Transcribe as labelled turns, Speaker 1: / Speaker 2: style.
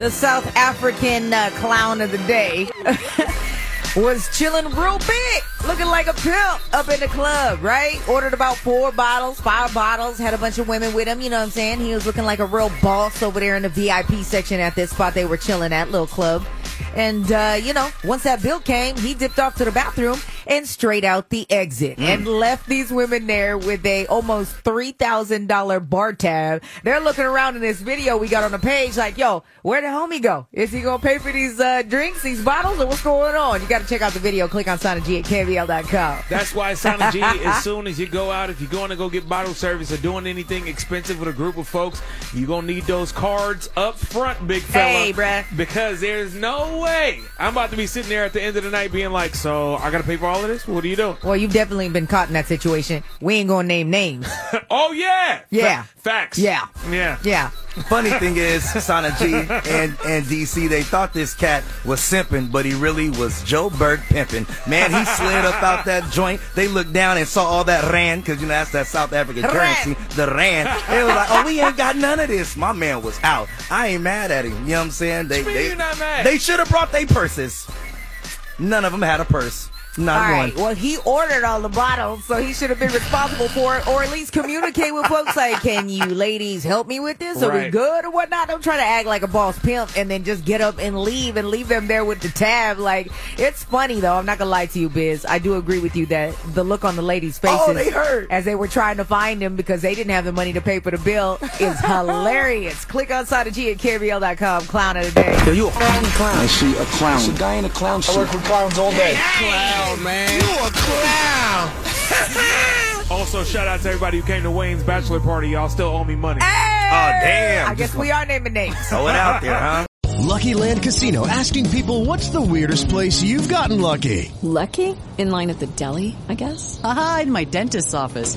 Speaker 1: The South African uh, clown of the day was chilling real big, looking like a pimp up in the club, right? Ordered about four bottles, five bottles, had a bunch of women with him, you know what I'm saying? He was looking like a real boss over there in the VIP section at this spot they were chilling at, little club. And, uh, you know, once that bill came, he dipped off to the bathroom and straight out the exit and left these women there with a almost $3,000 bar tab. They're looking around in this video we got on the page like, yo, where the homie go? Is he going to pay for these uh, drinks, these bottles, or what's going on? You got to check out the video. Click on G at KVL.com.
Speaker 2: That's why Sana G, as soon as you go out, if you're going to go get bottle service or doing anything expensive with a group of folks, you're going to need those cards up front, big fella.
Speaker 1: Hey, bruh.
Speaker 2: Because there's no way I'm about to be sitting there at the end of the night being like, so I got to pay for all of this? What do you do?
Speaker 1: Well, you've definitely been caught in that situation. We ain't going to name names.
Speaker 2: oh, yeah.
Speaker 1: Yeah.
Speaker 2: Fa- facts.
Speaker 1: Yeah.
Speaker 2: Yeah.
Speaker 1: Yeah.
Speaker 3: Funny thing is, Sana G and, and DC, they thought this cat was simping, but he really was Joe Bird pimping. Man, he slid up out that joint. They looked down and saw all that rand, because, you know, that's that South African
Speaker 1: Rand.
Speaker 3: currency, the rand. It was like, oh, we ain't got none of this. My man was out. I ain't mad at him. You know what I'm saying? They,
Speaker 2: What you mean
Speaker 3: they,
Speaker 2: you not mad?
Speaker 3: they should have brought their purses. None of them had a purse. Not
Speaker 1: All
Speaker 3: one.
Speaker 1: right. Well, he ordered all the bottles, so he should have been responsible for it, or at least communicate with folks like, "Can you ladies help me with this? Are we
Speaker 2: Right.
Speaker 1: good or whatnot?" Don't try to act like a boss pimp and then just get up and leave and leave them there with the tab. Like it's funny though. I'm not gonna lie to you, Biz. I do agree with you that the look on the ladies' faces
Speaker 3: Oh, they hurt.
Speaker 1: as they were trying to find him because they didn't have the money to pay for the bill is hilarious. Click on Sada G at E KBL.com. Clown of the day.
Speaker 3: Yo, you a clown
Speaker 4: I see a clown. It's a guy in a clown suit. I work with clowns all day.
Speaker 2: Clown, man.
Speaker 4: You a clown.
Speaker 2: Also, shout out to everybody who came to Wayne's bachelor party. Y'all still owe me money.
Speaker 1: Hey!
Speaker 3: oh, damn.
Speaker 1: I guess we are naming names.
Speaker 3: Throw it out there, huh?
Speaker 5: Lucky Land Casino asking people what's the weirdest place you've gotten lucky?
Speaker 6: Lucky? In line at the deli, I guess?
Speaker 7: Aha, in my dentist's office.